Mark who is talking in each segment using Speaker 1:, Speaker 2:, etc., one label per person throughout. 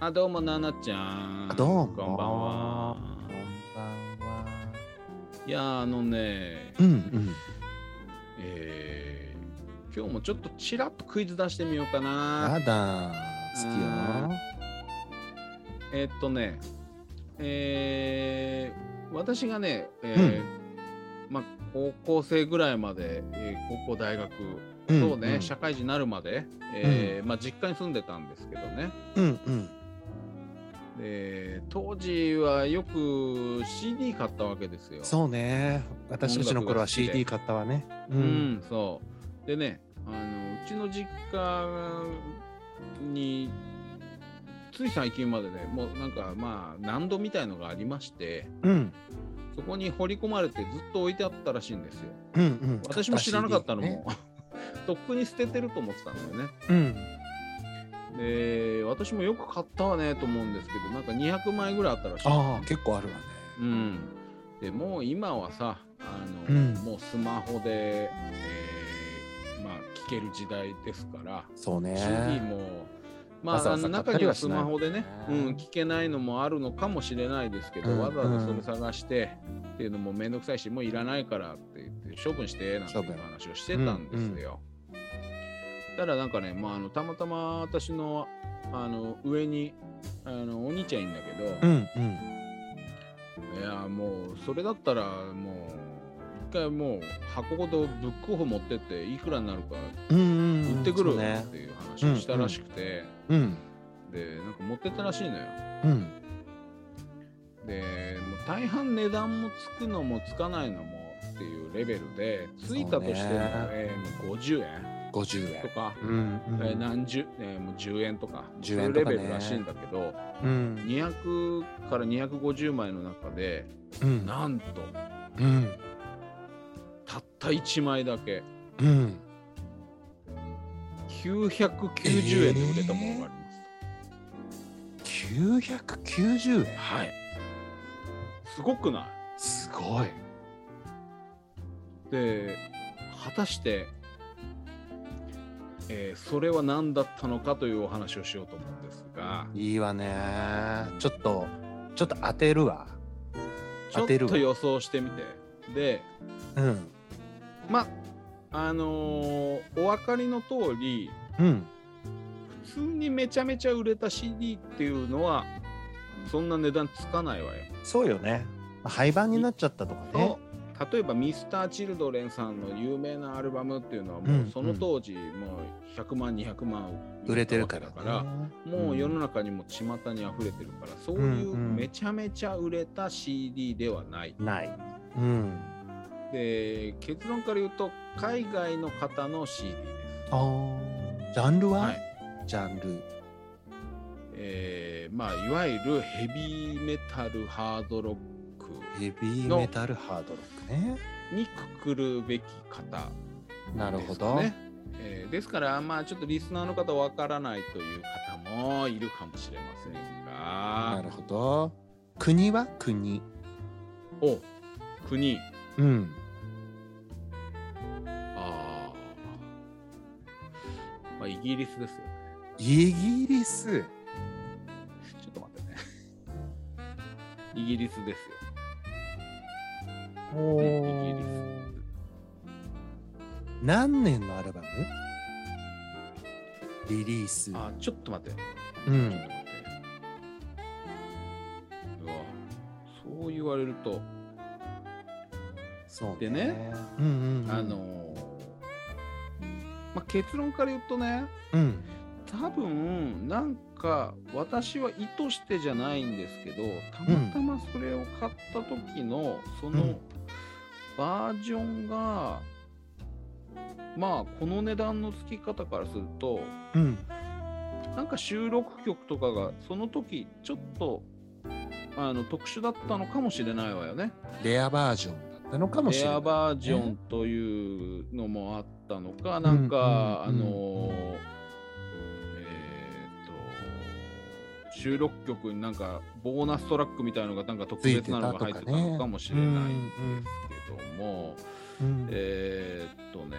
Speaker 1: あ、どうも、ななちゃん。
Speaker 2: あどうも
Speaker 1: こんばんは。
Speaker 2: こんばんは。
Speaker 1: いや、あのね、
Speaker 2: うんうん。
Speaker 1: えー、今日もちょっとちらっとクイズ出してみようかな。
Speaker 2: やだ。好きよ。
Speaker 1: えーっとね、えー、私がね、えーまあ、高校生ぐらいまで、えー高校、大学、
Speaker 2: ん
Speaker 1: そうね、社会人になるまで、えーまあ、実家に住んでたんですけどね。
Speaker 2: うんうん。
Speaker 1: で当時はよく CD 買ったわけですよ。
Speaker 2: そうね。私たちの頃は CD 買ったわね。う
Speaker 1: う。ん、そう。でね、あのうちの実家につい最近までね、もうなんかまあ難度みたいのがありまして、
Speaker 2: うん
Speaker 1: そこに掘り込まれてずっと置いてあったらしいんですよ。
Speaker 2: うんうん。
Speaker 1: 私も知らなかったの
Speaker 2: 買 CD
Speaker 1: も、 とっくに捨ててると思ってたんだよね。
Speaker 2: ね。
Speaker 1: で、私もよく買ったわねと思うんですけど、なんか200枚ぐらいあったらしい。
Speaker 2: うん。ああ、結構あるわね。
Speaker 1: うん、でもう今はさあの、
Speaker 2: うん
Speaker 1: もうスマホで、えーまあ、聴ける時代ですから、
Speaker 2: そうね。
Speaker 1: CD も、ま
Speaker 2: わざ
Speaker 1: あ、あ
Speaker 2: わざ
Speaker 1: の
Speaker 2: 買っ
Speaker 1: 中
Speaker 2: た
Speaker 1: に
Speaker 2: り
Speaker 1: は
Speaker 2: は
Speaker 1: ス
Speaker 2: しない
Speaker 1: マホでね、う
Speaker 2: うん
Speaker 1: ん、聴けないのもあるのかもしれないですけど、
Speaker 2: うん
Speaker 1: わざわざそれ探して、っていうのもめんどくさいしもういらないからって言って処分してなんてい
Speaker 2: 処分
Speaker 1: う話をしてたんですよ。ただなんかね、まあ、あのたまたま私のあの上にあのお兄ちゃんいるんだけど、
Speaker 2: うんうん。
Speaker 1: いやもうそれだったらもう一回もう箱ごとブックオフ持ってっていくらになるか
Speaker 2: うんうんうん。
Speaker 1: 売ってくる
Speaker 2: そう
Speaker 1: っ
Speaker 2: ね。
Speaker 1: ていう話をしたらしくて、
Speaker 2: うん
Speaker 1: でなんか持ってったらしいのよ
Speaker 2: うん。
Speaker 1: でもう大半値段もつくのもつかないのもっていうレベルでついたとして
Speaker 2: そ
Speaker 1: も,、
Speaker 2: うね
Speaker 1: えーもう50円
Speaker 2: 五十円
Speaker 1: と。か、
Speaker 2: うんう
Speaker 1: えー
Speaker 2: ん。
Speaker 1: 何十、えーもう10円とかそう
Speaker 2: 10
Speaker 1: い
Speaker 2: 円
Speaker 1: う
Speaker 2: と
Speaker 1: レ
Speaker 2: かね
Speaker 1: ベルらしいんだけど、
Speaker 2: うん
Speaker 1: 200から250枚の中で
Speaker 2: うん。
Speaker 1: なんと
Speaker 2: うん
Speaker 1: たった1枚だけ。
Speaker 2: うん。
Speaker 1: 990円で売れたものがあります。
Speaker 2: 九百九十円。
Speaker 1: はい。すごくな
Speaker 2: すご
Speaker 1: い
Speaker 2: い。
Speaker 1: で、果たして、えーそれは何だったのかというお話をしようと思うんですが、
Speaker 2: いいわね。ちょっと、ちょっと当てるわ。
Speaker 1: ちょ
Speaker 2: 当てる
Speaker 1: っ
Speaker 2: わ
Speaker 1: と。予想してみて。で、
Speaker 2: うん。
Speaker 1: ま、あのーお分かりの通り、
Speaker 2: うん。
Speaker 1: 普通にめちゃめちゃ売れた CD っていうのは、そんな値段つかないわよ。
Speaker 2: そうよね。まあ廃盤になっちゃったとかね
Speaker 1: と。例えばミスター・チルドレンさんの有名なアルバムっていうのはもううんその当時もう100万200万
Speaker 2: 売れてるか
Speaker 1: だ
Speaker 2: らね。
Speaker 1: からもう世の
Speaker 2: 中。
Speaker 1: 中にも巷に溢れてるからそういう
Speaker 2: うんうん
Speaker 1: めちゃめちゃ売れた CD ではない。
Speaker 2: ない。うん。
Speaker 1: で結論から言うと海外の方の CD です。
Speaker 2: ああ。ジャンルは、
Speaker 1: はい
Speaker 2: ジャンル。
Speaker 1: えーまあ、いわゆるヘビーメタルハードロック
Speaker 2: ヘビーメタルハードロックね。
Speaker 1: にくくるべき方
Speaker 2: なる
Speaker 1: で
Speaker 2: ほ
Speaker 1: すか
Speaker 2: ど。
Speaker 1: ね。えーですから、まあ、ちょっとリスナーの方わからないという方もいるかもしれません
Speaker 2: な
Speaker 1: が、
Speaker 2: るほど。国は国。
Speaker 1: お国、
Speaker 2: うん。
Speaker 1: あーまあ、イギリスですよね。
Speaker 2: イギリス。
Speaker 1: ちょっと待ってね。イギリスですよ。
Speaker 2: お
Speaker 1: ーイギリ
Speaker 2: 何年のアルバムリリース。
Speaker 1: あー、ちょっと待って。
Speaker 2: う
Speaker 1: ちょっと
Speaker 2: ん。
Speaker 1: 待って。うわ、そう言われると、
Speaker 2: そう。
Speaker 1: でね。
Speaker 2: うんうん、うん。
Speaker 1: あの、ーまあ、結論から言うとね、
Speaker 2: うん。
Speaker 1: 多分なんか私は意図してじゃないんですけどたまたまそれを買った時のそ
Speaker 2: うん
Speaker 1: のバージョンが、まあこの値段の付き方からすると
Speaker 2: うん。
Speaker 1: なんか収録曲とかがその時ちょっとあの特殊だったのかもしれないわよね。
Speaker 2: レアバージョンだったのかもし
Speaker 1: レ
Speaker 2: れない。
Speaker 1: アバージョンというのもあったのか、なんか、
Speaker 2: うんうんうん
Speaker 1: あのーえーっと収録曲になんかボーナストラックみたいのがなんか特別なのが入ってたのかもしれないんですけども、
Speaker 2: うん
Speaker 1: えーっとね、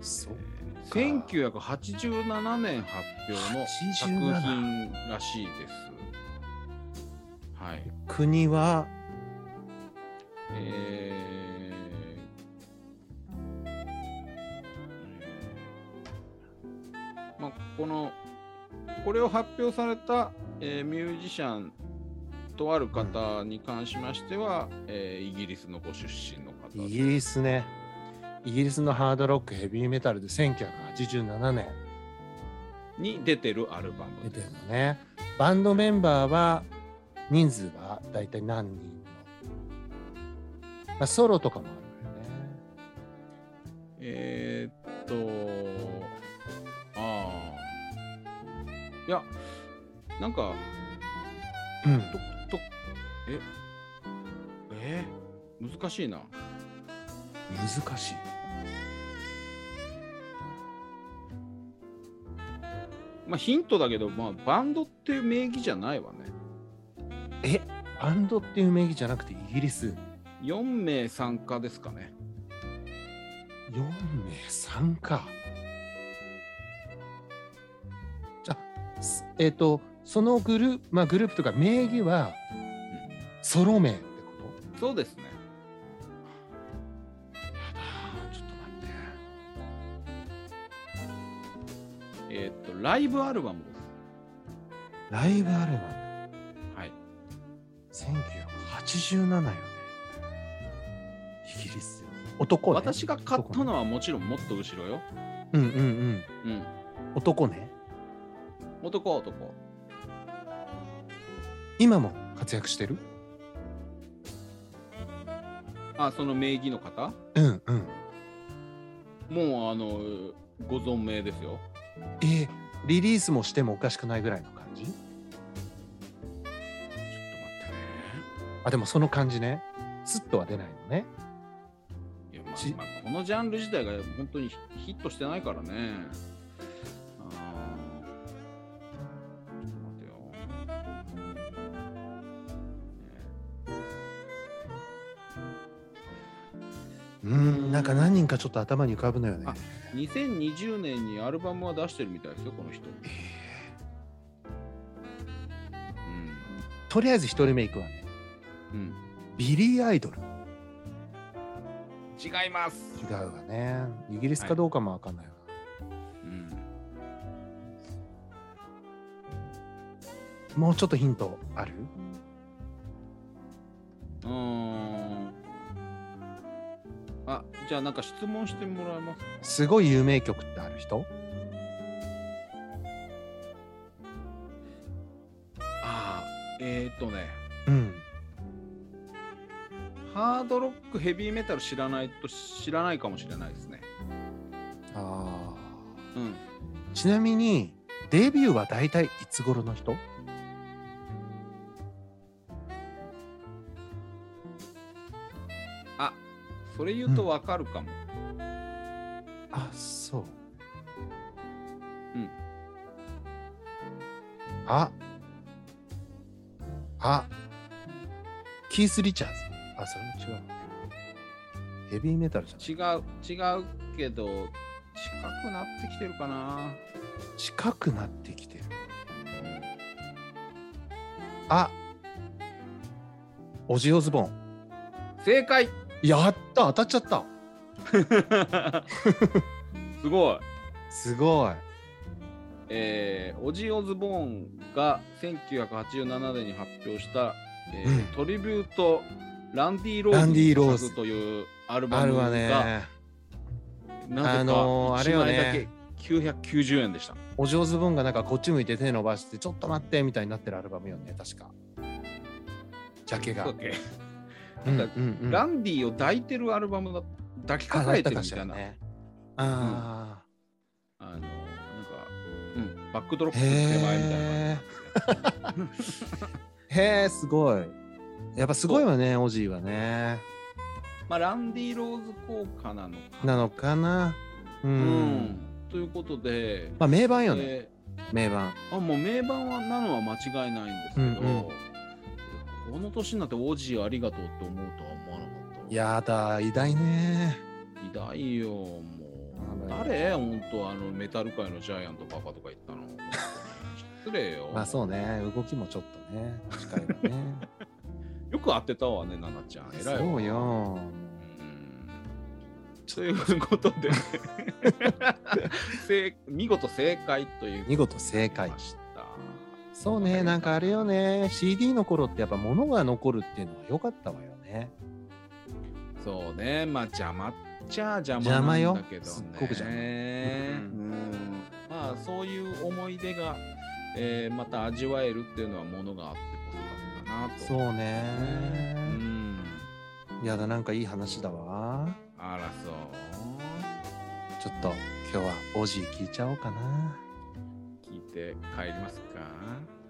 Speaker 2: そう
Speaker 1: えー1987年発表の作
Speaker 2: 87
Speaker 1: 品らしいです。はい。
Speaker 2: 国は
Speaker 1: えーまあ、このこれを発表された、えーミュージシャンとある方に関しましては、えーイギリスのご出身の方
Speaker 2: イ
Speaker 1: で
Speaker 2: ギリスねイギリスのハードロックヘビーメタルで1987年
Speaker 1: に出てるアルバム
Speaker 2: 出て
Speaker 1: で
Speaker 2: る
Speaker 1: す。
Speaker 2: のねバンドメンバーは人数は大体何人の、まあ、ソロとかもあるんだよね
Speaker 1: えーっと、ああ。いや、なんか、
Speaker 2: うん
Speaker 1: ととええー難しいな
Speaker 2: 難しい
Speaker 1: まあヒントだけど、まあ、バンドっていう名義じゃないわね
Speaker 2: えバンドっていう名義じゃなくてイギリス
Speaker 1: 4名参加ですかね
Speaker 2: 4名参加じゃあすえっ、とそのグループまあグループとか名義はソロ名ってこと
Speaker 1: そうですね
Speaker 2: ちょっと待って
Speaker 1: えーっとライブアルバムで
Speaker 2: ライブアルバム
Speaker 1: すはい
Speaker 2: 1987よねイギリス男ね
Speaker 1: 私が買ったのはもちろんもっと後ろよ
Speaker 2: うんうんうん
Speaker 1: うん
Speaker 2: 男ね
Speaker 1: 男は男
Speaker 2: 今も活躍してる
Speaker 1: あその名義の方
Speaker 2: うんうん
Speaker 1: もうあのご存命ですよ
Speaker 2: えーリリースもしてもおかしくないぐらいの感じ
Speaker 1: ちょっと待
Speaker 2: あでもその感じねスッとは出ないのね
Speaker 1: ってねいや、ま
Speaker 2: ち
Speaker 1: あまあこのジャンル自体が本当にヒヒットしてないからねあーちょっと待ってよ
Speaker 2: うーんなんか何人かちょっと頭に浮かぶのよね
Speaker 1: あ2020年にアルバムは出してるみたいですよ、この人。
Speaker 2: とりあえず一人目いくわね
Speaker 1: うん。うん。
Speaker 2: ビリー・アイドル
Speaker 1: 違います。
Speaker 2: 違うわねイギリスかどうかもわかんないわ、
Speaker 1: うん。
Speaker 2: もうちょっとヒントある
Speaker 1: うーん。あ、じゃあなんか質問してもらえます
Speaker 2: すごい有名曲ってある人
Speaker 1: ああ、えー、っとね、
Speaker 2: うん
Speaker 1: ハードロック、ヘビーメタル知らないと知らないかもしれないですね。
Speaker 2: あ
Speaker 1: うん。
Speaker 2: ーちなみにデビューは大体いつ頃の人
Speaker 1: あ、それ言うとわかるかも。
Speaker 2: あそう
Speaker 1: うん
Speaker 2: ああキース・リチャーズあそれも違うヘビーメタルじゃな
Speaker 1: 違
Speaker 2: い
Speaker 1: う、違うけど、近くなってきてるかな。
Speaker 2: 近くなってきてるあオジオズボン
Speaker 1: 正解
Speaker 2: やった当たっちゃった
Speaker 1: すごい。
Speaker 2: すごい
Speaker 1: えーオジー・オズボーンが1987年に発表した、えー
Speaker 2: うん
Speaker 1: トリビュート・ランディ・ロ
Speaker 2: ランディロー
Speaker 1: ー
Speaker 2: ズ
Speaker 1: ズというアルバ
Speaker 2: あ
Speaker 1: ム
Speaker 2: るわ
Speaker 1: が、
Speaker 2: ね
Speaker 1: なぜか
Speaker 2: あのーあ
Speaker 1: 1
Speaker 2: れよね
Speaker 1: 枚だけ990円でした。
Speaker 2: お上手ボンがなんかこっち向いて手伸ばしてちょっと待ってみたいになってるアルバムよね確かジャケが
Speaker 1: そうだっけ
Speaker 2: うん
Speaker 1: なんか
Speaker 2: うんうん
Speaker 1: ランディを抱いてるアルバムだ抱きか
Speaker 2: あ
Speaker 1: か
Speaker 2: だ
Speaker 1: え
Speaker 2: ってた
Speaker 1: る
Speaker 2: か
Speaker 1: み
Speaker 2: した
Speaker 1: い
Speaker 2: ら
Speaker 1: な、
Speaker 2: ねあ
Speaker 1: あのーなんか、うん、バックドロッ
Speaker 2: ー
Speaker 1: プの手前みたいな。
Speaker 2: へえへえすごいやっぱすごいわねオジーはね
Speaker 1: まあ、ランディ・ローズ効果なのか
Speaker 2: なのかなうん、
Speaker 1: うん、ということで、
Speaker 2: まあ名盤よね、
Speaker 1: えー
Speaker 2: 名盤
Speaker 1: あもう名盤はなのは間違いないんですけど、
Speaker 2: うんうん
Speaker 1: この年になってオジーありがとうって思うとは思わなかった。、
Speaker 2: やだ偉大ね
Speaker 1: 偉大よ、もう。
Speaker 2: あの
Speaker 1: 誰本当あのメタル界のジャイアントパパとか言った の失礼よ、
Speaker 2: まあそうね、動きもちょっとね、近いわ ね。
Speaker 1: よく当てたわね奈々ちゃん偉いわ
Speaker 2: そう
Speaker 1: う
Speaker 2: よ。
Speaker 1: んということでね 正見事正解という
Speaker 2: 見事正解
Speaker 1: ことになりました
Speaker 2: そうね、なんかあれよね、CD の頃ってやっぱ物が残るっていうのは良かったわよね。
Speaker 1: そうねまあ邪魔っちゃ邪
Speaker 2: 邪
Speaker 1: 魔
Speaker 2: 魔
Speaker 1: な
Speaker 2: よ
Speaker 1: んだけどね
Speaker 2: すっごく邪魔
Speaker 1: うんまあそういう思い出が、えーまた味わえるっていうのはものがあってこそだったなと
Speaker 2: そう
Speaker 1: う
Speaker 2: ね。
Speaker 1: ん
Speaker 2: やだ、なんかいい話だわ。
Speaker 1: あらそう
Speaker 2: ちょっと今日はオジー聞いちゃおうかな。
Speaker 1: 聞いて帰ります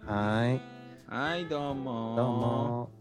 Speaker 1: か
Speaker 2: はーい。
Speaker 1: はいどうも
Speaker 2: どうも。